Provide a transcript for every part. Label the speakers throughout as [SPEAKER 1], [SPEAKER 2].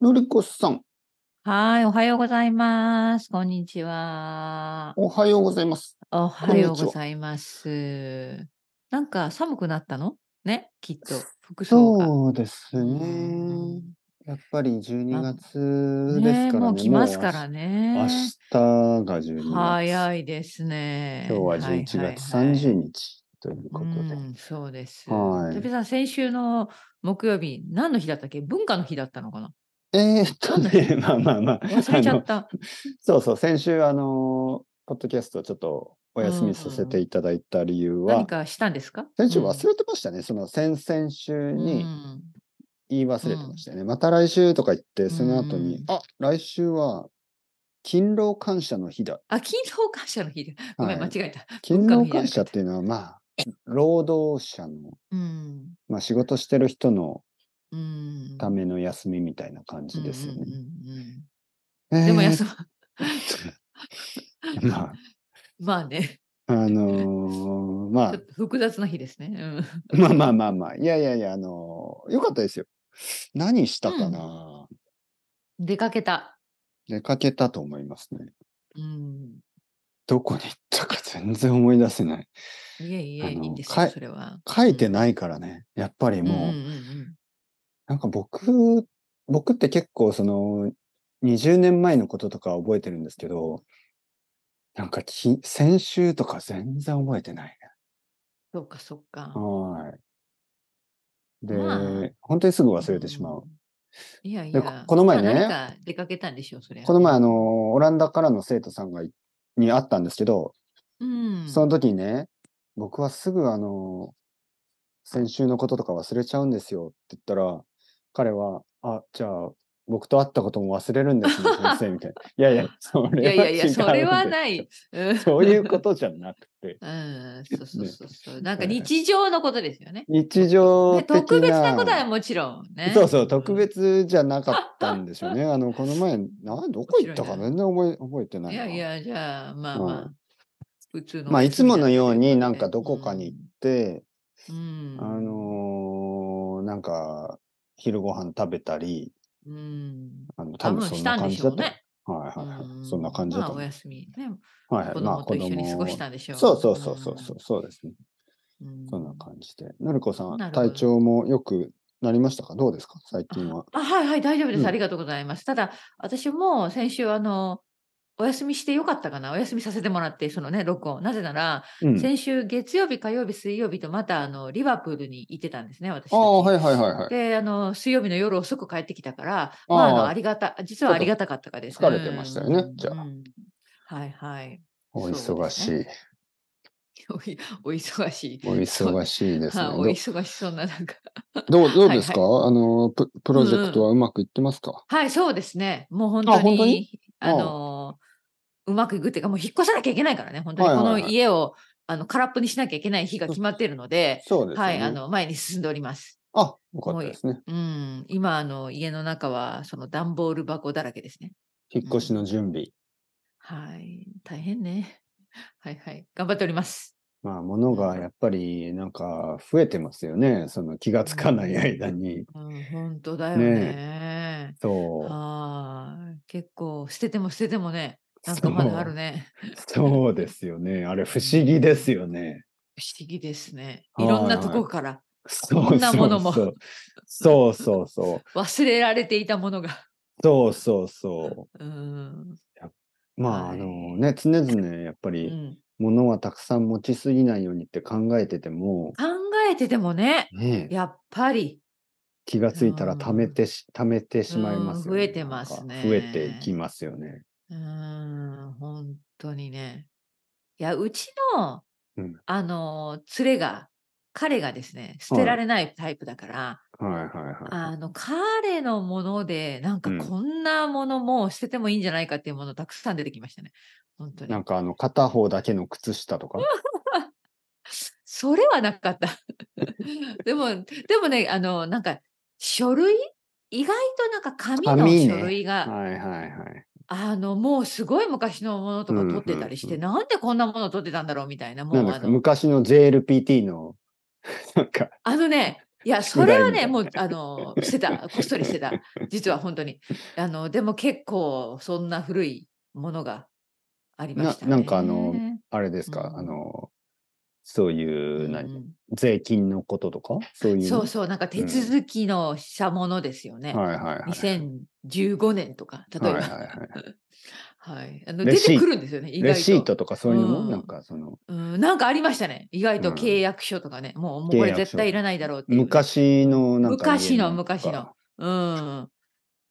[SPEAKER 1] のりこさん、
[SPEAKER 2] はい、おはようございます。こんにちは。
[SPEAKER 1] おはようございます。
[SPEAKER 2] お
[SPEAKER 1] こん
[SPEAKER 2] は
[SPEAKER 1] にち
[SPEAKER 2] よ
[SPEAKER 1] は
[SPEAKER 2] うございます。なんか寒くなったのね、きっと、服装が。
[SPEAKER 1] そうですね。やっぱり12月ですからね。
[SPEAKER 2] もう来ますから
[SPEAKER 1] ね。
[SPEAKER 2] ね。
[SPEAKER 1] 明日が12月。
[SPEAKER 2] 早いですね。
[SPEAKER 1] 今日はい11月
[SPEAKER 2] はいはい
[SPEAKER 1] 30日ということで。
[SPEAKER 2] うん、そうです。
[SPEAKER 1] はい
[SPEAKER 2] てっぺいさん、先週の木曜日、何の日だったっけ文化の日だったのかな
[SPEAKER 1] えーっとね、まあま あまあ。
[SPEAKER 2] 忘れちゃ
[SPEAKER 1] あの
[SPEAKER 2] っ。た。
[SPEAKER 1] そうそう、先週、あの、ポッドキャストちょっとお休みさせていただいた理由は、
[SPEAKER 2] 何かしたんですか
[SPEAKER 1] 先週忘れてましたね。その先々週
[SPEAKER 2] うん
[SPEAKER 1] に
[SPEAKER 2] うん
[SPEAKER 1] 言い忘れてましたよね。また来週とか言って、その後に、
[SPEAKER 2] うん
[SPEAKER 1] あ、来週は勤労感謝の日だ。
[SPEAKER 2] あ、勤労感謝の日で。ごめん、
[SPEAKER 1] は
[SPEAKER 2] 間
[SPEAKER 1] い
[SPEAKER 2] 違えた。文
[SPEAKER 1] 勤
[SPEAKER 2] 化
[SPEAKER 1] 労
[SPEAKER 2] の日じゃな
[SPEAKER 1] 感謝っ
[SPEAKER 2] く
[SPEAKER 1] ていうのは、まあ、労働者の、
[SPEAKER 2] うん。
[SPEAKER 1] まあ、仕事してる人の
[SPEAKER 2] うん。
[SPEAKER 1] ための休みみたいな感じですよ
[SPEAKER 2] うんうん
[SPEAKER 1] ね。
[SPEAKER 2] う
[SPEAKER 1] え
[SPEAKER 2] んうん
[SPEAKER 1] ー
[SPEAKER 2] でも休ま、
[SPEAKER 1] ま
[SPEAKER 2] まあね、
[SPEAKER 1] あ、あ のーま
[SPEAKER 2] ちょっと複雑な日ですね。うん
[SPEAKER 1] あ、まあまあまあまあ、いやいやいや、あのーよかったですよ。何したかな、
[SPEAKER 2] 出かけた。
[SPEAKER 1] 出かけたと思いますね。
[SPEAKER 2] うん。
[SPEAKER 1] どこに行ったか全然思い出せない。
[SPEAKER 2] いえい
[SPEAKER 1] あ
[SPEAKER 2] え、い
[SPEAKER 1] の
[SPEAKER 2] いんです
[SPEAKER 1] か
[SPEAKER 2] よ、
[SPEAKER 1] い
[SPEAKER 2] それは。
[SPEAKER 1] 書いてないからね、やっぱりもう、
[SPEAKER 2] んんん
[SPEAKER 1] なんか僕、僕って結構その、20年前のこととか覚えてるんですけど、なんかき、先週とか全然覚えてない
[SPEAKER 2] そうか、そうか
[SPEAKER 1] ね。。はい。で、
[SPEAKER 2] まあ
[SPEAKER 1] 本当にすぐ忘れてしまう。
[SPEAKER 2] ん。いやい
[SPEAKER 1] で
[SPEAKER 2] や、
[SPEAKER 1] ここの前ね
[SPEAKER 2] まあ何か出かけたんでしょう、それ。
[SPEAKER 1] この前、あ、の、オランダからの生徒さんがい、に会ったんですけど、
[SPEAKER 2] うん。
[SPEAKER 1] その時にね、僕はすぐあの、先週のこととか忘れちゃうんですよって言ったら、彼は、あ、じゃあ、僕と会ったことも忘れるんです ね、先生、みたいな。いやいや、そ
[SPEAKER 2] い
[SPEAKER 1] れ
[SPEAKER 2] や
[SPEAKER 1] は違う
[SPEAKER 2] いやいや、それは
[SPEAKER 1] んです
[SPEAKER 2] ない。うん
[SPEAKER 1] そういうことじゃなくて、
[SPEAKER 2] うん、そうそう
[SPEAKER 1] ね
[SPEAKER 2] そうそう。なんか日常のことですよ ね。
[SPEAKER 1] 日常
[SPEAKER 2] ね
[SPEAKER 1] 的な。
[SPEAKER 2] 特別なことはもちろんね。
[SPEAKER 1] そうそう、特
[SPEAKER 2] ん。
[SPEAKER 1] 別じゃなかったんでしょうね。あの、この前、などこ行ったか
[SPEAKER 2] 面白い
[SPEAKER 1] 全
[SPEAKER 2] な
[SPEAKER 1] 然覚え覚えてない
[SPEAKER 2] い
[SPEAKER 1] な。
[SPEAKER 2] やいや、じゃあ、まあま
[SPEAKER 1] う
[SPEAKER 2] あ、普通の。
[SPEAKER 1] まあ、いつものようになんかどこかに行って、
[SPEAKER 2] うん、うん、
[SPEAKER 1] あのーなんか、昼ご飯食べたり、
[SPEAKER 2] うん、
[SPEAKER 1] あの、
[SPEAKER 2] 多
[SPEAKER 1] 多
[SPEAKER 2] 分
[SPEAKER 1] 分そ
[SPEAKER 2] し
[SPEAKER 1] ん
[SPEAKER 2] た
[SPEAKER 1] なん感
[SPEAKER 2] で
[SPEAKER 1] じ
[SPEAKER 2] し
[SPEAKER 1] だ
[SPEAKER 2] ょう
[SPEAKER 1] と。
[SPEAKER 2] ね。
[SPEAKER 1] はいはいは
[SPEAKER 2] う
[SPEAKER 1] い。そんな感じだ
[SPEAKER 2] ま
[SPEAKER 1] と
[SPEAKER 2] あ、お
[SPEAKER 1] 思う。
[SPEAKER 2] 休みね。
[SPEAKER 1] はいは
[SPEAKER 2] 子
[SPEAKER 1] い。まあ
[SPEAKER 2] 供と
[SPEAKER 1] 子
[SPEAKER 2] 一緒に過ご
[SPEAKER 1] 供
[SPEAKER 2] したんでしょう。
[SPEAKER 1] そうそうそうそうそう、そうですね。
[SPEAKER 2] うん。
[SPEAKER 1] そんな感じで。のりこさん
[SPEAKER 2] な、るほど
[SPEAKER 1] 体調も良くなりましたかどうですか最近は。
[SPEAKER 2] あはいはい、大丈夫で
[SPEAKER 1] うん
[SPEAKER 2] す。ありがとうございます。ただ、私も先週、あの、お休みしてよかったかな。お休みさせてもらって、そのね、録音。なぜなら、
[SPEAKER 1] うん。
[SPEAKER 2] 先週月曜日、火曜日、水曜日とまたあのリバプールに行ってたんですね、私たち。
[SPEAKER 1] ああ、はいはいはいはい。
[SPEAKER 2] であの水曜日の夜遅く帰ってきたから、まあ、あ
[SPEAKER 1] あ
[SPEAKER 2] の
[SPEAKER 1] あ
[SPEAKER 2] ありがた実はありがたかったかです。
[SPEAKER 1] 疲れてましたよね
[SPEAKER 2] うん
[SPEAKER 1] じゃあ
[SPEAKER 2] うんはいはい。
[SPEAKER 1] お忙しい。
[SPEAKER 2] おいお忙しい。
[SPEAKER 1] お忙しいですね。
[SPEAKER 2] はい
[SPEAKER 1] ど
[SPEAKER 2] お忙しそうな、なんか。
[SPEAKER 1] どう、どうですか、
[SPEAKER 2] は
[SPEAKER 1] あのプ、プロジェクトはうまくいってますか、
[SPEAKER 2] はい、そうですね。もう本当に、
[SPEAKER 1] あ
[SPEAKER 2] あ
[SPEAKER 1] 本当にああ
[SPEAKER 2] のうまくいくっていうか、もう引っ越さなきゃいけないからね、本当に。
[SPEAKER 1] は
[SPEAKER 2] こ
[SPEAKER 1] いはいは
[SPEAKER 2] の
[SPEAKER 1] い
[SPEAKER 2] 家をあの空っぽにしなきゃいけない日が決まっているので、
[SPEAKER 1] そうですよ
[SPEAKER 2] は
[SPEAKER 1] ね。
[SPEAKER 2] い、あの前に進んでおります。
[SPEAKER 1] あ、よかったですね。
[SPEAKER 2] うん、今あの家の中はその段ボール箱だらけですね。
[SPEAKER 1] 引っ越しの準備。
[SPEAKER 2] はい、大変ね。 はいはい、頑張っております。
[SPEAKER 1] まあ、ものがやっぱり、なんか、増えてますよね。その気がつかない間に。
[SPEAKER 2] うん、本当だよね。
[SPEAKER 1] そう。
[SPEAKER 2] はい、結構捨てても捨ててもね、なんかまだあるね。
[SPEAKER 1] そう。そうですよね。あれ、不思議ですよね。
[SPEAKER 2] 不思議ですね。
[SPEAKER 1] はい
[SPEAKER 2] いろんなとこ から
[SPEAKER 1] そう
[SPEAKER 2] こんなものも
[SPEAKER 1] そうそうそうそう。
[SPEAKER 2] 忘れられていたものが。
[SPEAKER 1] そうそうそう。
[SPEAKER 2] うん、
[SPEAKER 1] まあ、
[SPEAKER 2] は
[SPEAKER 1] あ
[SPEAKER 2] い
[SPEAKER 1] のね、常々やっぱ
[SPEAKER 2] う
[SPEAKER 1] り、
[SPEAKER 2] ん、
[SPEAKER 1] 物はたくさん持ちすぎないようにって考えてても、
[SPEAKER 2] 考えててもね、
[SPEAKER 1] ねえ、
[SPEAKER 2] やっぱり。
[SPEAKER 1] 気がついたら
[SPEAKER 2] うん
[SPEAKER 1] 溜めてし、溜めてしまいますよね、
[SPEAKER 2] うん増えてますね
[SPEAKER 1] なんか増えていきますよね。
[SPEAKER 2] うん、本当にね。いや、うちの、
[SPEAKER 1] うん
[SPEAKER 2] あの、連れが、彼がですね、捨
[SPEAKER 1] は
[SPEAKER 2] て
[SPEAKER 1] い
[SPEAKER 2] られないタイプだから、
[SPEAKER 1] はいはいはい。
[SPEAKER 2] あ の、彼のもので、なんか
[SPEAKER 1] うん
[SPEAKER 2] こんなものも捨ててもいいんじゃないかっていうものたくさん出てきましたね。本当に
[SPEAKER 1] な。んかあの、片方だけの靴下とか。
[SPEAKER 2] それはなかった。 でも、でもね、あの、なんか、書類意外となんか紙の
[SPEAKER 1] 紙ね
[SPEAKER 2] 書類が、
[SPEAKER 1] はいはいはい。
[SPEAKER 2] あの、もうすごい昔のものとか
[SPEAKER 1] うん
[SPEAKER 2] 取ってたりして、
[SPEAKER 1] うん
[SPEAKER 2] なんでこんなもの取ってたんだろうみたいな、も
[SPEAKER 1] なん
[SPEAKER 2] う
[SPEAKER 1] で
[SPEAKER 2] あ
[SPEAKER 1] すか
[SPEAKER 2] の、
[SPEAKER 1] 昔の JLPT の、なんか、
[SPEAKER 2] あのね、いや、それは
[SPEAKER 1] みた
[SPEAKER 2] ね、
[SPEAKER 1] いな
[SPEAKER 2] もう、あの、してた、こっそりしてた。実は本当に。あの、でも結構、そんな古いものがありましたね。
[SPEAKER 1] ななんかあのあれですか、
[SPEAKER 2] うん
[SPEAKER 1] あの、そういうう、
[SPEAKER 2] ん
[SPEAKER 1] 何、税金のこととかそういう。
[SPEAKER 2] そうそう、なんか手続きのしたものですよね。
[SPEAKER 1] はいはいはい。
[SPEAKER 2] 2015年とか、例え
[SPEAKER 1] は
[SPEAKER 2] ば。はいい、
[SPEAKER 1] はいはい。
[SPEAKER 2] あの
[SPEAKER 1] レ
[SPEAKER 2] 出
[SPEAKER 1] シー
[SPEAKER 2] てくるんですよね、意
[SPEAKER 1] レシー
[SPEAKER 2] 外
[SPEAKER 1] ト
[SPEAKER 2] と。
[SPEAKER 1] とかそういうの
[SPEAKER 2] う
[SPEAKER 1] も、
[SPEAKER 2] ん
[SPEAKER 1] なんかその、
[SPEAKER 2] うん、なんかありましたね。意外と
[SPEAKER 1] うん
[SPEAKER 2] 契約書とかね、もうもうこ
[SPEAKER 1] 契
[SPEAKER 2] れ
[SPEAKER 1] 約書
[SPEAKER 2] 絶対いらないだろうっていうね、
[SPEAKER 1] 昔のなんか家とか。
[SPEAKER 2] 昔の昔のうん。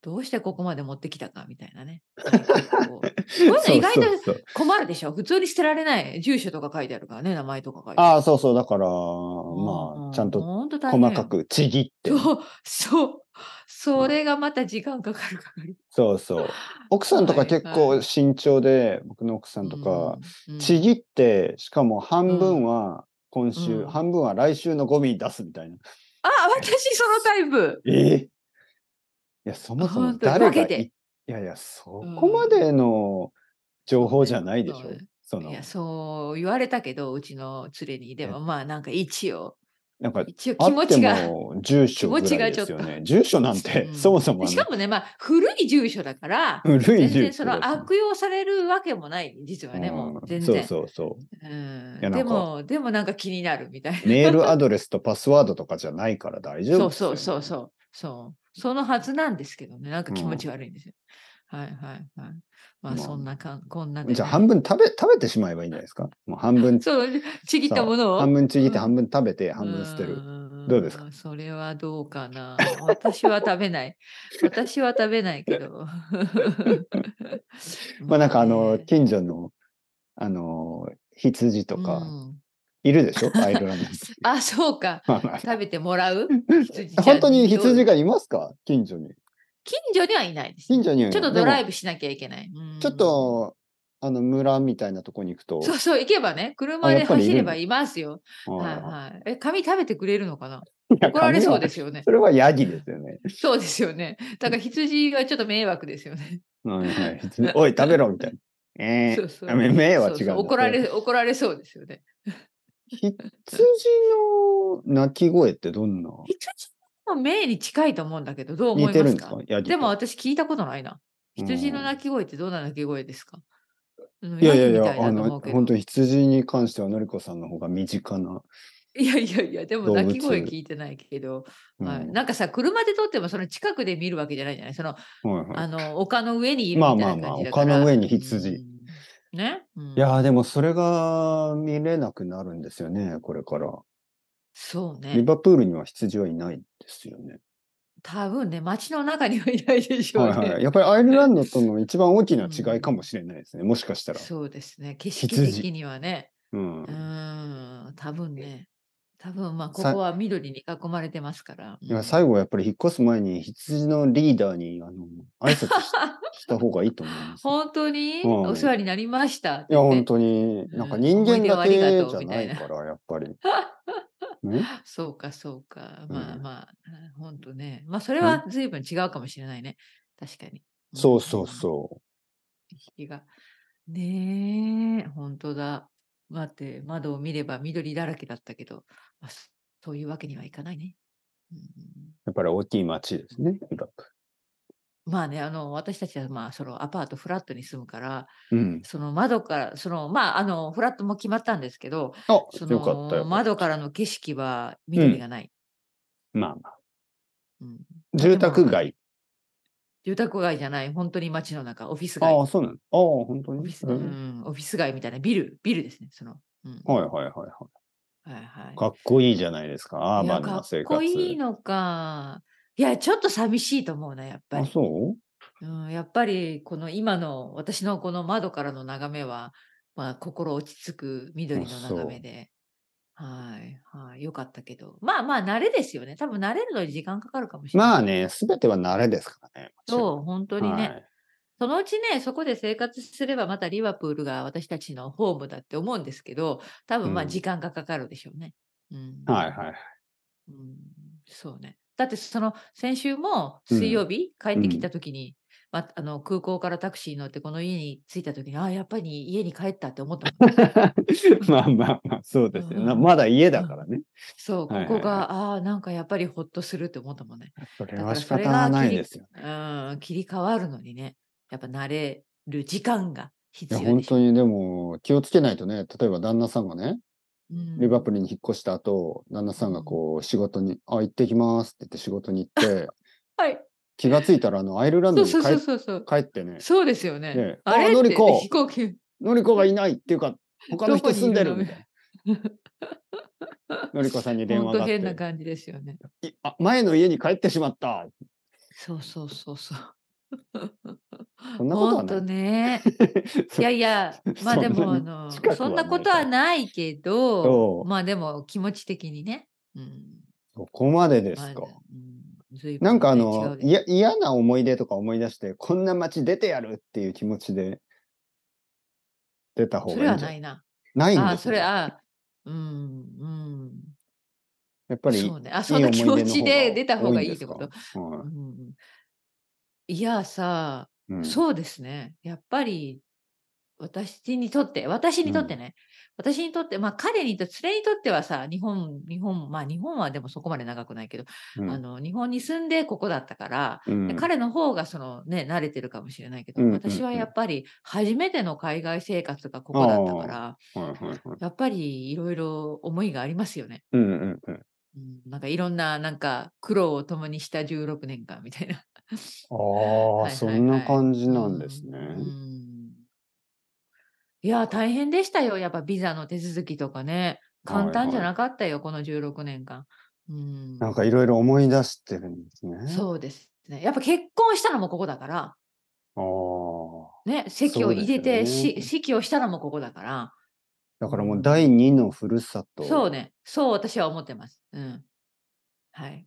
[SPEAKER 2] どうしてここまで持ってきたかみたいなね。なんかこうこういうの意外と
[SPEAKER 1] そうそうそう
[SPEAKER 2] 困るでしょ。普通に捨てられない住所とか書いてあるからね、名前とか書いて
[SPEAKER 1] ああ、そうそう。だから、
[SPEAKER 2] あ
[SPEAKER 1] まあ、ちゃんと
[SPEAKER 2] と
[SPEAKER 1] 細か。くちぎって。
[SPEAKER 2] そう、そう、それがまた時間かかるかかる。
[SPEAKER 1] そうそう。奥さんとか
[SPEAKER 2] はいはい
[SPEAKER 1] 結構慎重で、僕の奥さんとか、
[SPEAKER 2] うん、うん
[SPEAKER 1] ちぎって、しかも半分は今
[SPEAKER 2] う
[SPEAKER 1] 週、
[SPEAKER 2] ん
[SPEAKER 1] 半分は来週のゴミ出すみたいな。
[SPEAKER 2] あ、私そのタイプ。
[SPEAKER 1] ええいや、そもそ
[SPEAKER 2] あ
[SPEAKER 1] も
[SPEAKER 2] 本当
[SPEAKER 1] 誰が
[SPEAKER 2] 分
[SPEAKER 1] い
[SPEAKER 2] けて
[SPEAKER 1] いやいや、そこまでの情報じゃないでし
[SPEAKER 2] そ
[SPEAKER 1] ょ
[SPEAKER 2] うね。
[SPEAKER 1] その
[SPEAKER 2] い、や、そう言われたけど、うちの連れに。でもまあ、なんか一応、
[SPEAKER 1] なんか、
[SPEAKER 2] 一応
[SPEAKER 1] あ
[SPEAKER 2] 気持
[SPEAKER 1] って
[SPEAKER 2] ちが。
[SPEAKER 1] も住所ぐらいですよね。住所なんて
[SPEAKER 2] う、ん
[SPEAKER 1] そもそもあ
[SPEAKER 2] で
[SPEAKER 1] の
[SPEAKER 2] しかもね、まあ、古い住所だから、
[SPEAKER 1] 古い
[SPEAKER 2] 全
[SPEAKER 1] 住
[SPEAKER 2] 然
[SPEAKER 1] 所
[SPEAKER 2] そ
[SPEAKER 1] だし
[SPEAKER 2] の悪用されるわけもない、実はね、も
[SPEAKER 1] う
[SPEAKER 2] うん全
[SPEAKER 1] そう
[SPEAKER 2] 然。
[SPEAKER 1] そうそう。
[SPEAKER 2] うん
[SPEAKER 1] いやなんか
[SPEAKER 2] でも、でもなんか気になるみたいな。
[SPEAKER 1] メールアドレスとパスワードとかじゃないから大丈
[SPEAKER 2] そ
[SPEAKER 1] 夫
[SPEAKER 2] う
[SPEAKER 1] ですよね
[SPEAKER 2] そうそうそう。そう。そのはずなんですけどね、なんか気持ち悪いんですよ。はいはいはい。ま
[SPEAKER 1] まあ
[SPEAKER 2] あ、そんなかん、こんなでね、
[SPEAKER 1] じゃあ半分食べ食べてしまえばいいんじゃないですかもう半分
[SPEAKER 2] そう、ちぎったものを。
[SPEAKER 1] さ半分ちぎって
[SPEAKER 2] うん
[SPEAKER 1] 半分食べて半分捨てる、
[SPEAKER 2] ーん
[SPEAKER 1] どうですか
[SPEAKER 2] それはどうかな。私は食べない。私は食べないけど。
[SPEAKER 1] まあなんかあの
[SPEAKER 2] ね
[SPEAKER 1] 近所のあの羊と
[SPEAKER 2] う
[SPEAKER 1] か
[SPEAKER 2] ん
[SPEAKER 1] いるでしょ、アイルランドに
[SPEAKER 2] あ、そうか。
[SPEAKER 1] まあ まあ
[SPEAKER 2] 食べてもらう羊ちゃん
[SPEAKER 1] 本当に羊
[SPEAKER 2] どう
[SPEAKER 1] がいますか近所に
[SPEAKER 2] 近所にはいないです。
[SPEAKER 1] 近所にはいな
[SPEAKER 2] ち
[SPEAKER 1] い
[SPEAKER 2] ょっとドライ
[SPEAKER 1] で
[SPEAKER 2] ブしなきゃいけない。うん
[SPEAKER 1] もちょっとあの村みたいなとこに行くと
[SPEAKER 2] そうそう、行けばね、車
[SPEAKER 1] あ
[SPEAKER 2] で
[SPEAKER 1] やっぱりいる
[SPEAKER 2] 走ればいますよ。
[SPEAKER 1] うん
[SPEAKER 2] はいはい。え、髪食べてくれるのかない
[SPEAKER 1] や
[SPEAKER 2] 怒られそう
[SPEAKER 1] 髪
[SPEAKER 2] で
[SPEAKER 1] は
[SPEAKER 2] すよね
[SPEAKER 1] そ。れはヤギですよね、
[SPEAKER 2] そうですよね。だから羊はちょっと迷惑です よね。
[SPEAKER 1] はいはい、羊おい食べろみたい なえ
[SPEAKER 2] そ
[SPEAKER 1] ー
[SPEAKER 2] うそう。
[SPEAKER 1] あめ目は違うんだ
[SPEAKER 2] そそ怒られ、怒られそうですよね。
[SPEAKER 1] 羊の鳴き声ってどんな
[SPEAKER 2] 羊の目に近いと思うんだけど、どう
[SPEAKER 1] 似
[SPEAKER 2] 思い
[SPEAKER 1] て
[SPEAKER 2] ま
[SPEAKER 1] る
[SPEAKER 2] す
[SPEAKER 1] んです
[SPEAKER 2] か
[SPEAKER 1] かヤギと
[SPEAKER 2] でも私聞いたことないな。
[SPEAKER 1] うん
[SPEAKER 2] 羊の鳴き声ってどんな鳴き声ですかうん
[SPEAKER 1] いやいや
[SPEAKER 2] ヤ
[SPEAKER 1] い
[SPEAKER 2] ギみ
[SPEAKER 1] や
[SPEAKER 2] たい
[SPEAKER 1] あ
[SPEAKER 2] だと思
[SPEAKER 1] の
[SPEAKER 2] うけど
[SPEAKER 1] 本当に羊に関してはのりこさんの方が身近な、
[SPEAKER 2] いやいやいや、でも
[SPEAKER 1] 動
[SPEAKER 2] 鳴
[SPEAKER 1] 物
[SPEAKER 2] き声聞いてないけど、
[SPEAKER 1] うん
[SPEAKER 2] はい、なんかさ、車で撮ってもその近くで見るわけじゃないじゃないその、
[SPEAKER 1] はいはい
[SPEAKER 2] あの、丘の上にいるみ
[SPEAKER 1] ま
[SPEAKER 2] た
[SPEAKER 1] あ
[SPEAKER 2] いな
[SPEAKER 1] まあま
[SPEAKER 2] 感じ
[SPEAKER 1] あ
[SPEAKER 2] だから。
[SPEAKER 1] 丘の上に羊
[SPEAKER 2] うん。ね、うん
[SPEAKER 1] いやーでもそれが見れなくなるんですよねこれから
[SPEAKER 2] そう
[SPEAKER 1] リ
[SPEAKER 2] ね。
[SPEAKER 1] バプールには羊はいないですよね、
[SPEAKER 2] 多分ね、街の中にはいないでしょう
[SPEAKER 1] は
[SPEAKER 2] ね。
[SPEAKER 1] いはい、やっぱりアイルランドとの一番大きな違いかもしれないですねもしかしたら、
[SPEAKER 2] そうですね。景色
[SPEAKER 1] 羊
[SPEAKER 2] 的にはね。
[SPEAKER 1] うん
[SPEAKER 2] う、ーん、多分ね。多分まあ、こ
[SPEAKER 1] さ
[SPEAKER 2] こは緑に囲まれてますから。
[SPEAKER 1] いや
[SPEAKER 2] うん
[SPEAKER 1] 最後はやっぱり引っ越す前に羊のリーダーにあの挨拶しした方がいいと思います
[SPEAKER 2] 本当に、
[SPEAKER 1] うん
[SPEAKER 2] お世話になりました。
[SPEAKER 1] いや、本
[SPEAKER 2] 当
[SPEAKER 1] 当に、なんか
[SPEAKER 2] うん
[SPEAKER 1] 人間だ
[SPEAKER 2] 思い
[SPEAKER 1] け
[SPEAKER 2] 出をあり
[SPEAKER 1] じ
[SPEAKER 2] がと
[SPEAKER 1] ゃ
[SPEAKER 2] うみ
[SPEAKER 1] な
[SPEAKER 2] たい
[SPEAKER 1] い
[SPEAKER 2] な
[SPEAKER 1] から、やっぱり。ね
[SPEAKER 2] そうか、そうか。
[SPEAKER 1] うん
[SPEAKER 2] まあまあ、本当ね。まあ、それ
[SPEAKER 1] うん
[SPEAKER 2] は随分違うかもしれないね。確かに。
[SPEAKER 1] そうそうそう。
[SPEAKER 2] うん。意識が。ねえ、本当だ。待って、窓を見れば緑だらけだったけど、まあ、そそういうわけにはいかないね。うん
[SPEAKER 1] やっぱり大きい町ですね、イラク。
[SPEAKER 2] まあね、あの、私たちは、まあ、そのアパート、フラットに住むから、
[SPEAKER 1] うん。
[SPEAKER 2] その窓から、その、まあ、あの、フラットも決まったんですけど、
[SPEAKER 1] あ、よかっ
[SPEAKER 2] そ
[SPEAKER 1] た
[SPEAKER 2] の、
[SPEAKER 1] よ。
[SPEAKER 2] 窓からの景色は緑がない。
[SPEAKER 1] まあまあ。
[SPEAKER 2] うん
[SPEAKER 1] 住宅街。
[SPEAKER 2] 住宅街じゃない、本当に街の中、オフィス街。
[SPEAKER 1] あ
[SPEAKER 2] オ
[SPEAKER 1] あ、そうなの。ああ、本当
[SPEAKER 2] フィ
[SPEAKER 1] に。
[SPEAKER 2] ス,、
[SPEAKER 1] う
[SPEAKER 2] うんん、オフィス街みたいな、ビル、ビルですね、その。うん
[SPEAKER 1] はいはいはいはい。
[SPEAKER 2] はいはい
[SPEAKER 1] かっこいいじゃないですか、アー
[SPEAKER 2] い
[SPEAKER 1] バ
[SPEAKER 2] や
[SPEAKER 1] ン
[SPEAKER 2] か
[SPEAKER 1] な
[SPEAKER 2] っ
[SPEAKER 1] 生活。
[SPEAKER 2] こいいのか。いや、ちょっと寂しいと思うな、やっぱ
[SPEAKER 1] あ、
[SPEAKER 2] り。
[SPEAKER 1] そう
[SPEAKER 2] うん、やっぱり、この今の私のこの窓からの眺めは、まあ、心落ち着く緑の
[SPEAKER 1] そう
[SPEAKER 2] 眺めで。はいはい、よかったけど。まあまあ、慣れですよね。多分慣れるのに時間かかるかもしれない。
[SPEAKER 1] まあね、すべては慣れですからね。
[SPEAKER 2] そう、本当にね。
[SPEAKER 1] はい
[SPEAKER 2] そのうちね、そこで生活すれば、またリバプールが私たちのホームだって思うんですけど、多分ま
[SPEAKER 1] う
[SPEAKER 2] あ
[SPEAKER 1] ん
[SPEAKER 2] 時間がかかるでしょうね。うん
[SPEAKER 1] はいはい。
[SPEAKER 2] うんそうね。だってその先週も
[SPEAKER 1] うん
[SPEAKER 2] 水曜日帰ってきた時に、ま、あの空港からタクシーに乗ってこの家に着いた時にああやっぱり家に帰ったって思った の
[SPEAKER 1] まあまあまあ、そうですよ、ね。
[SPEAKER 2] うん
[SPEAKER 1] まだ家だからね。
[SPEAKER 2] そうこ
[SPEAKER 1] はいはい
[SPEAKER 2] こが、ああなんかやっぱりほっとするって思ったもんね、
[SPEAKER 1] それ
[SPEAKER 2] だか
[SPEAKER 1] は
[SPEAKER 2] ら
[SPEAKER 1] 仕
[SPEAKER 2] それ
[SPEAKER 1] 方
[SPEAKER 2] が
[SPEAKER 1] がない
[SPEAKER 2] 切り
[SPEAKER 1] ですよね。
[SPEAKER 2] うん、切り替わるのにねやっぱ慣れる時間が
[SPEAKER 1] い
[SPEAKER 2] 必
[SPEAKER 1] や、
[SPEAKER 2] 要
[SPEAKER 1] 本
[SPEAKER 2] でしょ
[SPEAKER 1] 当にでも気をつけないとね、例えば旦那さんがね、
[SPEAKER 2] うん
[SPEAKER 1] リバプールに引っ越した後、旦那さんがこう仕事に、あ、行ってきますって言って仕事に行っ て、
[SPEAKER 2] はい
[SPEAKER 1] 気がついたらあのアイルランド
[SPEAKER 2] そう
[SPEAKER 1] に
[SPEAKER 2] そう
[SPEAKER 1] 帰
[SPEAKER 2] そう
[SPEAKER 1] っ
[SPEAKER 2] そうそう
[SPEAKER 1] 帰ってね、
[SPEAKER 2] そうですよね。
[SPEAKER 1] ええ
[SPEAKER 2] あれ
[SPEAKER 1] あ
[SPEAKER 2] っ
[SPEAKER 1] の
[SPEAKER 2] て
[SPEAKER 1] りこ
[SPEAKER 2] 飛行機。
[SPEAKER 1] のりこがいないって いうか、他の人
[SPEAKER 2] どこに
[SPEAKER 1] 住
[SPEAKER 2] い
[SPEAKER 1] ん
[SPEAKER 2] る
[SPEAKER 1] で
[SPEAKER 2] の
[SPEAKER 1] るみたいな。のりこさんに電
[SPEAKER 2] 本
[SPEAKER 1] 話があ
[SPEAKER 2] 当
[SPEAKER 1] っ
[SPEAKER 2] 変な
[SPEAKER 1] て、
[SPEAKER 2] 感じですよね。
[SPEAKER 1] いあ前の家に帰ってしまった。
[SPEAKER 2] そうそうそうそう。
[SPEAKER 1] そんなことは
[SPEAKER 2] 本
[SPEAKER 1] ない
[SPEAKER 2] 当ね。
[SPEAKER 1] そ
[SPEAKER 2] いやいや、まあでも、あ
[SPEAKER 1] そん
[SPEAKER 2] の、
[SPEAKER 1] 近くはない
[SPEAKER 2] そんなことはないけ
[SPEAKER 1] そ
[SPEAKER 2] ど、
[SPEAKER 1] う
[SPEAKER 2] まあでも気持ち的にね。うん。
[SPEAKER 1] そこまでですか
[SPEAKER 2] まあ。うん随分
[SPEAKER 1] なんかあ
[SPEAKER 2] ね
[SPEAKER 1] の、
[SPEAKER 2] 違う
[SPEAKER 1] いや嫌な思い出とか思い出して、こんな街出てやるっていう気持ちで出た方
[SPEAKER 2] そ
[SPEAKER 1] がい
[SPEAKER 2] れ
[SPEAKER 1] い
[SPEAKER 2] は
[SPEAKER 1] んじゃ
[SPEAKER 2] な
[SPEAKER 1] ない
[SPEAKER 2] いな。
[SPEAKER 1] ないんです
[SPEAKER 2] あ
[SPEAKER 1] よ
[SPEAKER 2] あ、それ、ああ、うん、うん。
[SPEAKER 1] やっぱり、
[SPEAKER 2] そうね。あ、
[SPEAKER 1] い
[SPEAKER 2] そんない気
[SPEAKER 1] 思い
[SPEAKER 2] 持
[SPEAKER 1] 出の
[SPEAKER 2] ちで出た方
[SPEAKER 1] 多
[SPEAKER 2] が
[SPEAKER 1] いん
[SPEAKER 2] い
[SPEAKER 1] で
[SPEAKER 2] いっ
[SPEAKER 1] す
[SPEAKER 2] て
[SPEAKER 1] か
[SPEAKER 2] こと。
[SPEAKER 1] は
[SPEAKER 2] うんいやさ、
[SPEAKER 1] いうん
[SPEAKER 2] そうですね。やっぱり、私にとって、私にとってね、私にとって、まあ彼にとって、連れにとってはさ、日本、日本、まあ日本はでもそこまで長くないけど、
[SPEAKER 1] うん
[SPEAKER 2] あの、日本に住んでここだったから、
[SPEAKER 1] うん
[SPEAKER 2] 彼の方がそのね、慣れてるかもしれないけど、
[SPEAKER 1] うんうんうん
[SPEAKER 2] 私はやっぱり初めての海外生活がここだったから、
[SPEAKER 1] はいはいはい
[SPEAKER 2] やっぱりいろいろ思いがありますよね。
[SPEAKER 1] うんうんうん
[SPEAKER 2] うん、なんかいろんな、なんか苦労を共にした16年間みたいな。
[SPEAKER 1] あ
[SPEAKER 2] は
[SPEAKER 1] あ、
[SPEAKER 2] い
[SPEAKER 1] そんな感じ
[SPEAKER 2] は
[SPEAKER 1] ないんですね。
[SPEAKER 2] うんうんいや、大変でしたよ。やっぱビザの手続きとかね。簡単じゃなかったよ、この16年間。うん、
[SPEAKER 1] なんかいろいろ思い出してるんですね。
[SPEAKER 2] そうですね。やっぱ結婚したのもここだから、
[SPEAKER 1] あ
[SPEAKER 2] ね、席を入れ
[SPEAKER 1] そ
[SPEAKER 2] て、
[SPEAKER 1] うですよね
[SPEAKER 2] し式をしたのもここだから、
[SPEAKER 1] あ、だからもう第二のふるさと。
[SPEAKER 2] そうね、そう私は思ってます。うん。はい。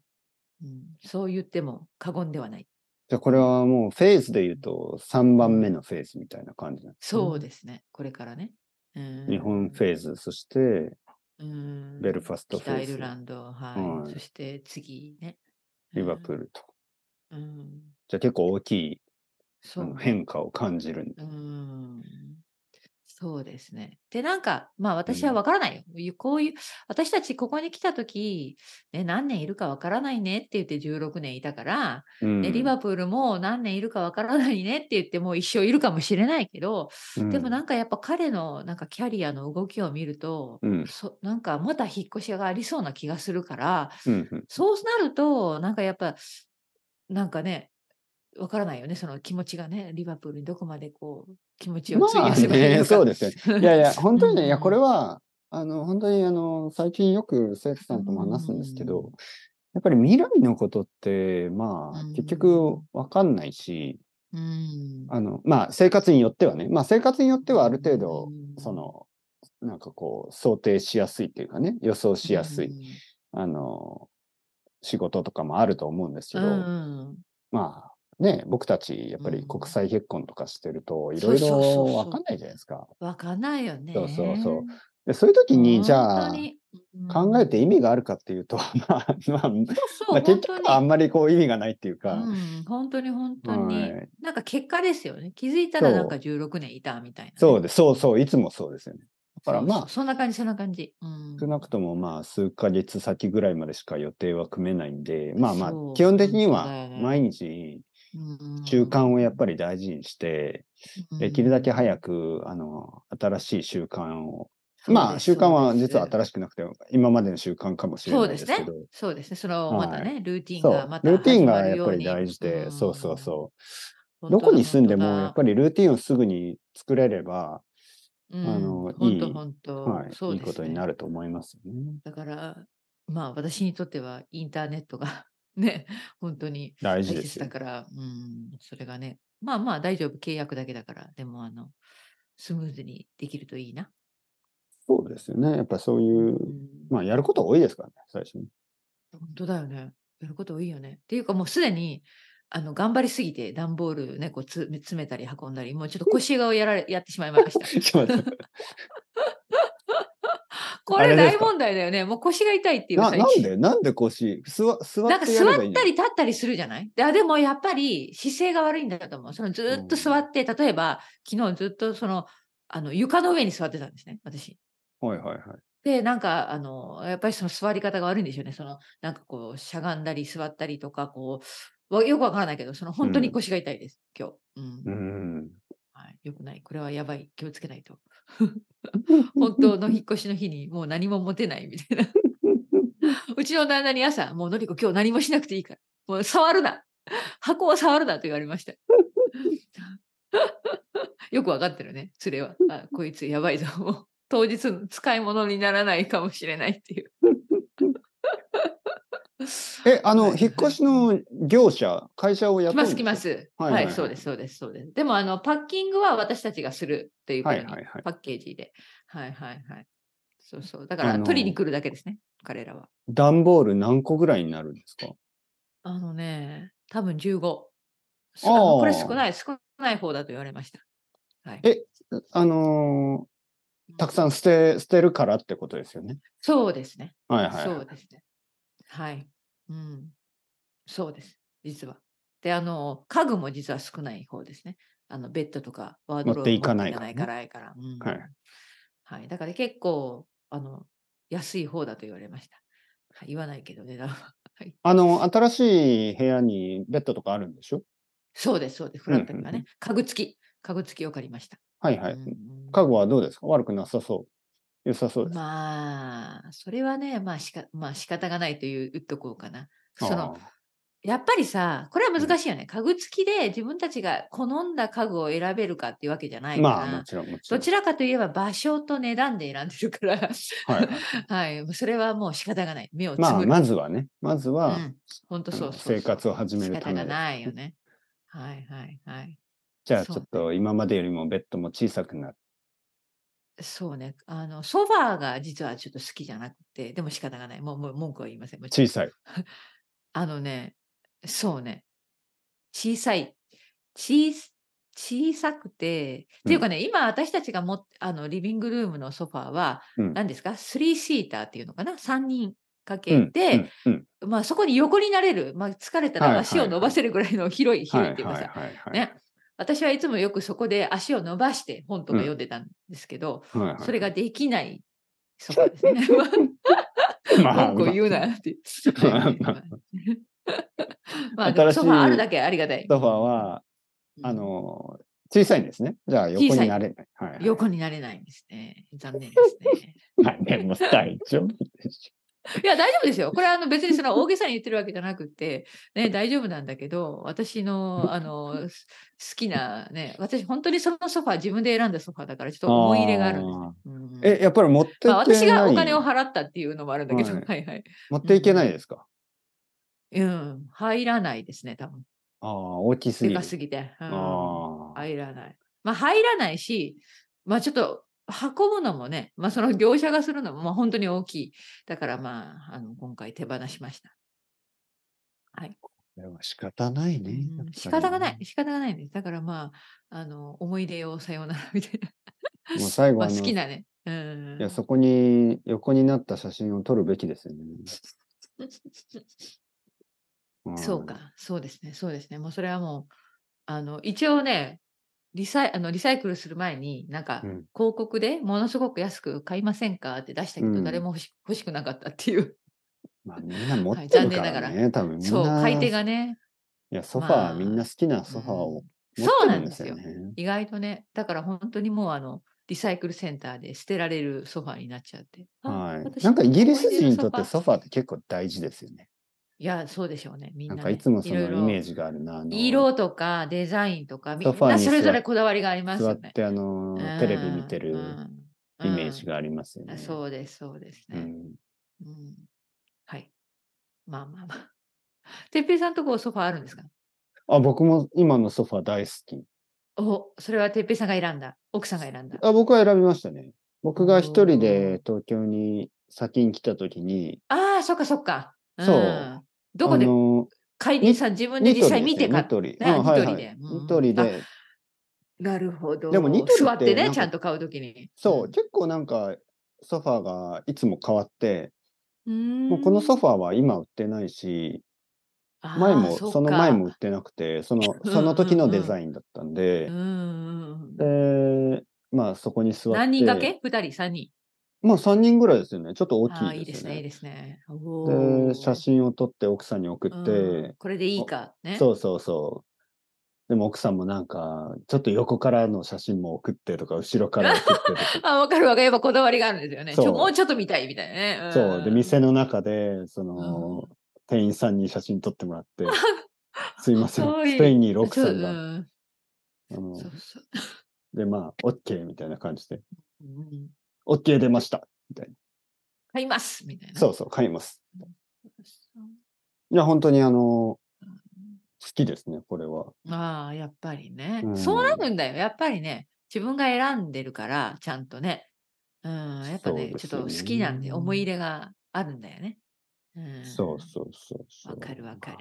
[SPEAKER 2] うん、そう言っても過言ではない。
[SPEAKER 1] じゃあこれはもうフェーズで言うと3番目のフェーズみたいな感じなんですね
[SPEAKER 2] そうですね、これからね。うん
[SPEAKER 1] 日本フェーズ、そして
[SPEAKER 2] うん
[SPEAKER 1] ベルファストフ
[SPEAKER 2] 北
[SPEAKER 1] ェ
[SPEAKER 2] アイ
[SPEAKER 1] ーズ
[SPEAKER 2] ル、ランド、はい。
[SPEAKER 1] はい
[SPEAKER 2] そして次ね。
[SPEAKER 1] リバプー
[SPEAKER 2] ル。
[SPEAKER 1] ルと。
[SPEAKER 2] うん。
[SPEAKER 1] じゃあ結構大きい
[SPEAKER 2] そ
[SPEAKER 1] あ
[SPEAKER 2] う
[SPEAKER 1] の
[SPEAKER 2] ね。
[SPEAKER 1] 変化を感じるんで。
[SPEAKER 2] うん。そうですね。で、なんか、まあ私
[SPEAKER 1] う
[SPEAKER 2] は
[SPEAKER 1] ん
[SPEAKER 2] わからないよ。ゆこういう、私たちここに来た時ね、何年いるかわからないねって言って16年いたから、
[SPEAKER 1] うん
[SPEAKER 2] で、リバプールも何年いるかわからないねって言ってもう一生いるかもしれないけど、でもなんかやっぱ彼のなんかキャリアの動きを見ると、
[SPEAKER 1] うん
[SPEAKER 2] そなんかまた引っ越しがありそうな気がするから、
[SPEAKER 1] うんうん
[SPEAKER 2] そうなると、なんかやっぱ、なんかね、わからないよね、その気持ちがね、リバプールにどこまでこう、気持ちを費
[SPEAKER 1] ま
[SPEAKER 2] や
[SPEAKER 1] あ
[SPEAKER 2] せばいいの
[SPEAKER 1] ね、
[SPEAKER 2] か。
[SPEAKER 1] そうですよ。いやいや、本当に
[SPEAKER 2] う
[SPEAKER 1] ね、
[SPEAKER 2] ん
[SPEAKER 1] いや、これは、あの、本当に、あの、最近よく生徒さんとも話すんですけ
[SPEAKER 2] うん
[SPEAKER 1] ど、やっぱり未来のことって、まあ
[SPEAKER 2] うん、
[SPEAKER 1] 結局わかんないし、
[SPEAKER 2] うん。
[SPEAKER 1] あの、まあ、生活によってはね、まあ、生活によってはある程度、
[SPEAKER 2] うん
[SPEAKER 1] その、なんかこう、想定しやすいというかね、予想しやすい、あの、仕事とかもあると思うんですけ
[SPEAKER 2] うん。
[SPEAKER 1] ど、
[SPEAKER 2] うん
[SPEAKER 1] まあ、ね、僕たち、やっぱ
[SPEAKER 2] う
[SPEAKER 1] り
[SPEAKER 2] ん
[SPEAKER 1] 国際結婚とかしてると、い
[SPEAKER 2] そ
[SPEAKER 1] ろ
[SPEAKER 2] う
[SPEAKER 1] い
[SPEAKER 2] そうそうそう
[SPEAKER 1] ろわかんないじゃないですか。
[SPEAKER 2] わかんないよね。
[SPEAKER 1] そうそうそうでそういう時に、じゃあ、考えて
[SPEAKER 2] い
[SPEAKER 1] 意味があるかっていうと、 まあ、まあ、
[SPEAKER 2] そう
[SPEAKER 1] ま
[SPEAKER 2] そ
[SPEAKER 1] あ、結
[SPEAKER 2] う、本当
[SPEAKER 1] 局
[SPEAKER 2] に
[SPEAKER 1] はあ。んまりこう意味がないっていうか、
[SPEAKER 2] うん、本当に本当に、
[SPEAKER 1] はい
[SPEAKER 2] なんか結果ですよね。気づいたらなんか
[SPEAKER 1] そ
[SPEAKER 2] 16年いたみたいなね、
[SPEAKER 1] そうです、そうそう、いつもそうですよね。だから
[SPEAKER 2] そう
[SPEAKER 1] ま
[SPEAKER 2] そ
[SPEAKER 1] あ
[SPEAKER 2] う、そんな感じ、そんな感じ。うん、
[SPEAKER 1] 少なくともまあ数ヶ月先ぐらいまでしか予定は組めないんで、まあまあ
[SPEAKER 2] そう
[SPEAKER 1] 基本的に
[SPEAKER 2] 本当だ
[SPEAKER 1] は
[SPEAKER 2] よね
[SPEAKER 1] 毎日
[SPEAKER 2] うん
[SPEAKER 1] 習慣をやっぱり大事にして、できるだけ早くあの新しい習慣を、まあ習慣は実は
[SPEAKER 2] し
[SPEAKER 1] 新しくなくて今までの習慣かもしれ
[SPEAKER 2] そ
[SPEAKER 1] な
[SPEAKER 2] う
[SPEAKER 1] いで
[SPEAKER 2] ですす
[SPEAKER 1] け
[SPEAKER 2] ね
[SPEAKER 1] ど、。
[SPEAKER 2] そうですね。その、
[SPEAKER 1] はい
[SPEAKER 2] またね、ルーティン
[SPEAKER 1] そ
[SPEAKER 2] が
[SPEAKER 1] う
[SPEAKER 2] ま、た
[SPEAKER 1] ルーティン
[SPEAKER 2] 始
[SPEAKER 1] が
[SPEAKER 2] まる
[SPEAKER 1] や
[SPEAKER 2] よ
[SPEAKER 1] っ
[SPEAKER 2] う
[SPEAKER 1] ぱ
[SPEAKER 2] に
[SPEAKER 1] り大事で、そうそうそうう。
[SPEAKER 2] ん
[SPEAKER 1] どこに住んでも
[SPEAKER 2] 本当だ
[SPEAKER 1] やっぱりルーティンをすぐに作れれば、
[SPEAKER 2] 本当だ
[SPEAKER 1] あ
[SPEAKER 2] うん
[SPEAKER 1] の
[SPEAKER 2] 本
[SPEAKER 1] いい
[SPEAKER 2] 当、本当、
[SPEAKER 1] はい
[SPEAKER 2] そう
[SPEAKER 1] いい
[SPEAKER 2] です
[SPEAKER 1] ことに
[SPEAKER 2] ね
[SPEAKER 1] なると思いますよね。
[SPEAKER 2] だから、まあ私にとってはインターネットが ね、本当に
[SPEAKER 1] 大事
[SPEAKER 2] 大
[SPEAKER 1] です
[SPEAKER 2] 切
[SPEAKER 1] よ
[SPEAKER 2] だ。から、うん、それがね、まあまあ大丈夫、契約だけだから、でもあの、スムーズにできるといいな。
[SPEAKER 1] そうですよね。やっぱそう
[SPEAKER 2] う
[SPEAKER 1] い
[SPEAKER 2] ん
[SPEAKER 1] う、まあやることは多いですからね、最 初に。
[SPEAKER 2] 本当だよね。やること多いよね。っていうかもうすでに、あの、頑張りすぎて、段ボールね、こうつ詰めたり運んだり、 もうちょっと腰がやられ、やってしまいました。
[SPEAKER 1] ちょっと待って
[SPEAKER 2] こ
[SPEAKER 1] あ
[SPEAKER 2] れ
[SPEAKER 1] れです
[SPEAKER 2] 大
[SPEAKER 1] か
[SPEAKER 2] 問題だよね。もう腰が痛いっていう
[SPEAKER 1] な
[SPEAKER 2] 最
[SPEAKER 1] なん
[SPEAKER 2] 近
[SPEAKER 1] でなんで腰座座
[SPEAKER 2] なん
[SPEAKER 1] っ
[SPEAKER 2] か
[SPEAKER 1] てやれ
[SPEAKER 2] 座
[SPEAKER 1] ばいい
[SPEAKER 2] ったり立ったりするじゃないであでもやっぱり姿勢が悪いんだと思う。そのずーっと座って、例えば昨日ずっとそのあの床の上に座ってたんですね、私。
[SPEAKER 1] はいはいはい。
[SPEAKER 2] で、なんか、あの、やっぱりその座り方が悪いんでしょうね。その、なんかこう、しゃがんだり座ったりとか、こう、わよくわからないけど、その本当に腰が痛いです、今日。うん
[SPEAKER 1] うん。
[SPEAKER 2] はい、よくない。これはやばい。気をつけ ないと。本当の引っ越しの日にもう何も持てないみたい な。うちの旦那に朝、もうのりこ今日何もしなくていいから。もう触るな。箱を触るなと言われました。 よくわかってるね、連れは。あこいつやばいぞ。もう当日の使い物にならないかもしれないっていう。
[SPEAKER 1] え、あの、
[SPEAKER 2] はい
[SPEAKER 1] 引っ越しの業者、会社をやっ
[SPEAKER 2] 来
[SPEAKER 1] てる
[SPEAKER 2] ま
[SPEAKER 1] んですす
[SPEAKER 2] 来
[SPEAKER 1] かは
[SPEAKER 2] ます。はいい、
[SPEAKER 1] はいはい
[SPEAKER 2] そうです、そうです、そうです。でも、あの、パッキングは私たちがするっていうふう
[SPEAKER 1] は
[SPEAKER 2] に、
[SPEAKER 1] いはいはい
[SPEAKER 2] パッケージで。はいはいはい。そうそう。だから、
[SPEAKER 1] あのー
[SPEAKER 2] 取りに来るだけですね、彼らは。
[SPEAKER 1] 段ボール何個ぐらいになるんですか
[SPEAKER 2] あのね、多分15。す
[SPEAKER 1] あー
[SPEAKER 2] あのこれ少ない、少ない方だと言われました。はい、
[SPEAKER 1] えあのーたくさん捨て、捨てるからってことですよね。
[SPEAKER 2] そうですね。
[SPEAKER 1] はいはい。
[SPEAKER 2] そうですね。はい。うん。そうです。実は。で、あの、家具も実は少ない方ですね。あの、ベッドとかワードロ
[SPEAKER 1] 持っ
[SPEAKER 2] ーブ
[SPEAKER 1] ていかないから
[SPEAKER 2] 持
[SPEAKER 1] ね
[SPEAKER 2] っていかないから。うん
[SPEAKER 1] はい
[SPEAKER 2] はい。だから結構、あの、安い方だと言われました。はい、言わないけど値段は。 はい。
[SPEAKER 1] あの、新しい部屋にベッドとかあるんでしょ
[SPEAKER 2] そうです、そうです。フラットには
[SPEAKER 1] うんうんう
[SPEAKER 2] ね、家具付き、家具付きを借りました。
[SPEAKER 1] はいはい。
[SPEAKER 2] うんうん
[SPEAKER 1] 家具はどうですか悪くなさそう。良さそうです。
[SPEAKER 2] まあ、それはね、まあ、しか、まあ、仕方がないという、言っとこうかな。その、
[SPEAKER 1] ああ
[SPEAKER 2] やっぱりさ、これは
[SPEAKER 1] ん
[SPEAKER 2] 難しいよね。家具付きで自分たちが好んだ家具を選べるかっていうわけじゃないから、
[SPEAKER 1] まあ、もちろん、もちろ
[SPEAKER 2] ど
[SPEAKER 1] ん。
[SPEAKER 2] ちらかといえば場所と値段で選んでるから、
[SPEAKER 1] はいはい、
[SPEAKER 2] はい、それはもう仕方がない。目をつぶ
[SPEAKER 1] まあ、
[SPEAKER 2] る。
[SPEAKER 1] まずはね、まずは、
[SPEAKER 2] うん、本当
[SPEAKER 1] あの
[SPEAKER 2] そうそうそう
[SPEAKER 1] 生活を始めるため
[SPEAKER 2] 仕方が
[SPEAKER 1] です
[SPEAKER 2] ないよね。はいはいはい。
[SPEAKER 1] じゃあち
[SPEAKER 2] そ
[SPEAKER 1] ょ
[SPEAKER 2] う
[SPEAKER 1] っと今までよりもベッドも小さくなる。
[SPEAKER 2] そうね。あの、ソファーが実はちょっと好きじゃなくて、でも仕方がない。もう、もう文句は言いません。もちろん
[SPEAKER 1] 小さい。
[SPEAKER 2] あのね、そうね。小さい。小す小さくて、っていうかね、今私たちがもっあのリビングルームのソファーは、
[SPEAKER 1] うん
[SPEAKER 2] 何ですか ?3 シーターっていうのかな ?3 人掛
[SPEAKER 1] う
[SPEAKER 2] け
[SPEAKER 1] ん
[SPEAKER 2] て、
[SPEAKER 1] うんうん
[SPEAKER 2] まあそこに横になれる、まあ疲れた
[SPEAKER 1] はい
[SPEAKER 2] ら
[SPEAKER 1] はい
[SPEAKER 2] 足を伸ばせるぐらいの広い、
[SPEAKER 1] はい
[SPEAKER 2] 広いっていうか
[SPEAKER 1] はい
[SPEAKER 2] さ、
[SPEAKER 1] はいはい。
[SPEAKER 2] ね。私はいつもよくそこで足を伸ばして本とか読んでたんですけど、
[SPEAKER 1] はいはい
[SPEAKER 2] それができないソファーで すね。
[SPEAKER 1] まあ
[SPEAKER 2] 文句を言うなって。
[SPEAKER 1] まあ
[SPEAKER 2] ま あ、でもソファ
[SPEAKER 1] 新
[SPEAKER 2] ー
[SPEAKER 1] しい
[SPEAKER 2] あるだけありがたい。
[SPEAKER 1] ソファーは、
[SPEAKER 2] うん
[SPEAKER 1] あ、の、小さいんですね。じゃあ横
[SPEAKER 2] 小さ
[SPEAKER 1] に
[SPEAKER 2] い
[SPEAKER 1] なれない。はいはい、
[SPEAKER 2] 横になれないんですね。残念ですね。
[SPEAKER 1] まあでも大丈夫でし
[SPEAKER 2] いや、大丈夫ですよ。これはあの別にその大げさに言ってるわけじゃなくて、ね、大丈夫なんだけど、私の、あの、す好きなね、私本当にそのソファー自分で選んだソファーだからちょっと思い入れがあるんですね
[SPEAKER 1] あー。
[SPEAKER 2] うん
[SPEAKER 1] ょ。え、やっぱり持っていけ
[SPEAKER 2] まあ、
[SPEAKER 1] ない。
[SPEAKER 2] 私がお金を払ったっていうのもあるんだけど、
[SPEAKER 1] は
[SPEAKER 2] はいい、はいはい
[SPEAKER 1] 持っていけないですか、
[SPEAKER 2] うん、入らないですね、多分。
[SPEAKER 1] ああ、大きすぎ
[SPEAKER 2] で
[SPEAKER 1] る。
[SPEAKER 2] かすぎて。うん
[SPEAKER 1] ああ。
[SPEAKER 2] 入らない。まあ入らないし、まあちょっと運ぶのもね、まあその業者がするのもまあ本当に大きい。だからまあ、あの今回手放しました。
[SPEAKER 1] でも仕方ないね。
[SPEAKER 2] う
[SPEAKER 1] やっ
[SPEAKER 2] ん
[SPEAKER 1] ぱりね
[SPEAKER 2] 仕方がない、。仕方がないんです。だからまあ、あの思い出をさようならみたい
[SPEAKER 1] もう最後
[SPEAKER 2] な。ま
[SPEAKER 1] あ
[SPEAKER 2] あ
[SPEAKER 1] の、
[SPEAKER 2] 好き
[SPEAKER 1] い
[SPEAKER 2] なね。うん。
[SPEAKER 1] や、そこに横になった写真を撮るべきですよね。ん
[SPEAKER 2] そう。か、そうですね、そうですね。もうそれはもう、あの、一応ね、リサイあのリサイクルする前に、なんか、
[SPEAKER 1] うん
[SPEAKER 2] 広告でものすごく安く買いませんかって出したけ
[SPEAKER 1] う
[SPEAKER 2] ど、
[SPEAKER 1] ん
[SPEAKER 2] 誰も欲し欲しくなかったっていう、
[SPEAKER 1] まあみんな持ってるか
[SPEAKER 2] はい残念な
[SPEAKER 1] ら
[SPEAKER 2] が
[SPEAKER 1] ね。多分みんな。
[SPEAKER 2] そう、買い手がね、
[SPEAKER 1] いや、ソファー、
[SPEAKER 2] まあ
[SPEAKER 1] みんな好きなソファー
[SPEAKER 2] う
[SPEAKER 1] を
[SPEAKER 2] ん
[SPEAKER 1] 持
[SPEAKER 2] そう
[SPEAKER 1] って
[SPEAKER 2] な
[SPEAKER 1] るん
[SPEAKER 2] ん
[SPEAKER 1] で
[SPEAKER 2] ですす
[SPEAKER 1] よ
[SPEAKER 2] よ
[SPEAKER 1] ね。。
[SPEAKER 2] 意外とね、だから本当にもうあの、リサイクルセンターで捨てられるソファーになっちゃって。あ
[SPEAKER 1] はい。
[SPEAKER 2] 私
[SPEAKER 1] なんかイギリス人にとっ
[SPEAKER 2] 思
[SPEAKER 1] て
[SPEAKER 2] い出のソ
[SPEAKER 1] ソ
[SPEAKER 2] フ
[SPEAKER 1] ファ
[SPEAKER 2] ァー
[SPEAKER 1] ーって結構大事ですよね。
[SPEAKER 2] いや、そうでしょうね。みん
[SPEAKER 1] な
[SPEAKER 2] な、
[SPEAKER 1] んか
[SPEAKER 2] ね。
[SPEAKER 1] いつもその
[SPEAKER 2] いろ
[SPEAKER 1] イ
[SPEAKER 2] いろ
[SPEAKER 1] メージがあるな。あの
[SPEAKER 2] 色とかデザインとか、み
[SPEAKER 1] ソファ
[SPEAKER 2] ん
[SPEAKER 1] ー
[SPEAKER 2] な
[SPEAKER 1] に
[SPEAKER 2] それぞ
[SPEAKER 1] 座
[SPEAKER 2] れ
[SPEAKER 1] っ
[SPEAKER 2] こだわりがあります
[SPEAKER 1] 座
[SPEAKER 2] よ
[SPEAKER 1] っ
[SPEAKER 2] ね。
[SPEAKER 1] てあのーテレビ見てるイメージ
[SPEAKER 2] が
[SPEAKER 1] がありますよね。
[SPEAKER 2] そうです、そうです
[SPEAKER 1] う
[SPEAKER 2] ね。
[SPEAKER 1] ん。
[SPEAKER 2] うんはい。まあまあまあ。 てっぺいさんとこソファーあるんですか
[SPEAKER 1] あ、僕も今のソファー大好き。
[SPEAKER 2] お、それはてっぺいさんが選んだ。奥さんが選んだ。
[SPEAKER 1] あ、僕は選びましたね。僕が一人
[SPEAKER 2] お
[SPEAKER 1] で東京に先に来た時に、
[SPEAKER 2] ああ、そっかそっか。ん
[SPEAKER 1] そう。
[SPEAKER 2] どこで
[SPEAKER 1] あの
[SPEAKER 2] 買いにさん、自分で
[SPEAKER 1] ニ
[SPEAKER 2] 実
[SPEAKER 1] ト
[SPEAKER 2] 際
[SPEAKER 1] リ
[SPEAKER 2] 見て買っ
[SPEAKER 1] ニトリ。
[SPEAKER 2] ね
[SPEAKER 1] うんはいは
[SPEAKER 2] ニト
[SPEAKER 1] い
[SPEAKER 2] リでうん
[SPEAKER 1] ニトリで、
[SPEAKER 2] なるほど。
[SPEAKER 1] でもニトリって
[SPEAKER 2] 座って
[SPEAKER 1] なん
[SPEAKER 2] ね、
[SPEAKER 1] か
[SPEAKER 2] ちゃんと買うときに。
[SPEAKER 1] そう、
[SPEAKER 2] ん
[SPEAKER 1] 結構なんか、ソファーがいつも変わって、も
[SPEAKER 2] も
[SPEAKER 1] うこのソファーは今売ってないし、
[SPEAKER 2] ァ
[SPEAKER 1] 前も、その前も売ってなくて、その、その時
[SPEAKER 2] うんう
[SPEAKER 1] の
[SPEAKER 2] んうん
[SPEAKER 1] デザインだったんで
[SPEAKER 2] うん、うんうん
[SPEAKER 1] で、まあそこに座って。
[SPEAKER 2] 何人掛け ?2 人、3人。
[SPEAKER 1] まあ3人ぐらいですよね。ちょっと大
[SPEAKER 2] ああ、
[SPEAKER 1] き
[SPEAKER 2] い
[SPEAKER 1] い
[SPEAKER 2] いで
[SPEAKER 1] です
[SPEAKER 2] す
[SPEAKER 1] よ
[SPEAKER 2] ね、いい
[SPEAKER 1] ね。
[SPEAKER 2] ですね。
[SPEAKER 1] で、
[SPEAKER 2] お
[SPEAKER 1] 写真を撮って奥さんに送
[SPEAKER 2] を
[SPEAKER 1] って、
[SPEAKER 2] これでいいか。ね。
[SPEAKER 1] そうそうそう。でも奥さんもなんか、ちょっと横からの写真も送ってとか、後ろから送ってとか。
[SPEAKER 2] あわかるわかる。やっぱこだわりがあるんですよね。ち
[SPEAKER 1] そう
[SPEAKER 2] ょもうちょっと見たいみたいなね。ん
[SPEAKER 1] そう。で、店の中で、その、店員さんに写真撮ってもらって、すいません、
[SPEAKER 2] かわいい
[SPEAKER 1] スペインにいる奥さん
[SPEAKER 2] う
[SPEAKER 1] が、
[SPEAKER 2] ん
[SPEAKER 1] あの
[SPEAKER 2] そうそう。
[SPEAKER 1] で、まあ、OK みたいな感じで、
[SPEAKER 2] うん、
[SPEAKER 1] OK 出ました。
[SPEAKER 2] 買いますみたいな。
[SPEAKER 1] そうそう、買います。
[SPEAKER 2] そう。
[SPEAKER 1] いや、本当にあの、好きですね、これは。
[SPEAKER 2] まあ、やっぱりね、
[SPEAKER 1] うん
[SPEAKER 2] そうなるんだよ。やっぱりね、自分が選んでるから、ちゃんとね。うん、やっぱ
[SPEAKER 1] そ
[SPEAKER 2] ね、
[SPEAKER 1] うで
[SPEAKER 2] ちょっ
[SPEAKER 1] す
[SPEAKER 2] と
[SPEAKER 1] よね
[SPEAKER 2] 好きなんで、思い入れがあるんだよね。うん、
[SPEAKER 1] そうそうそうそう。
[SPEAKER 2] わかるわかる。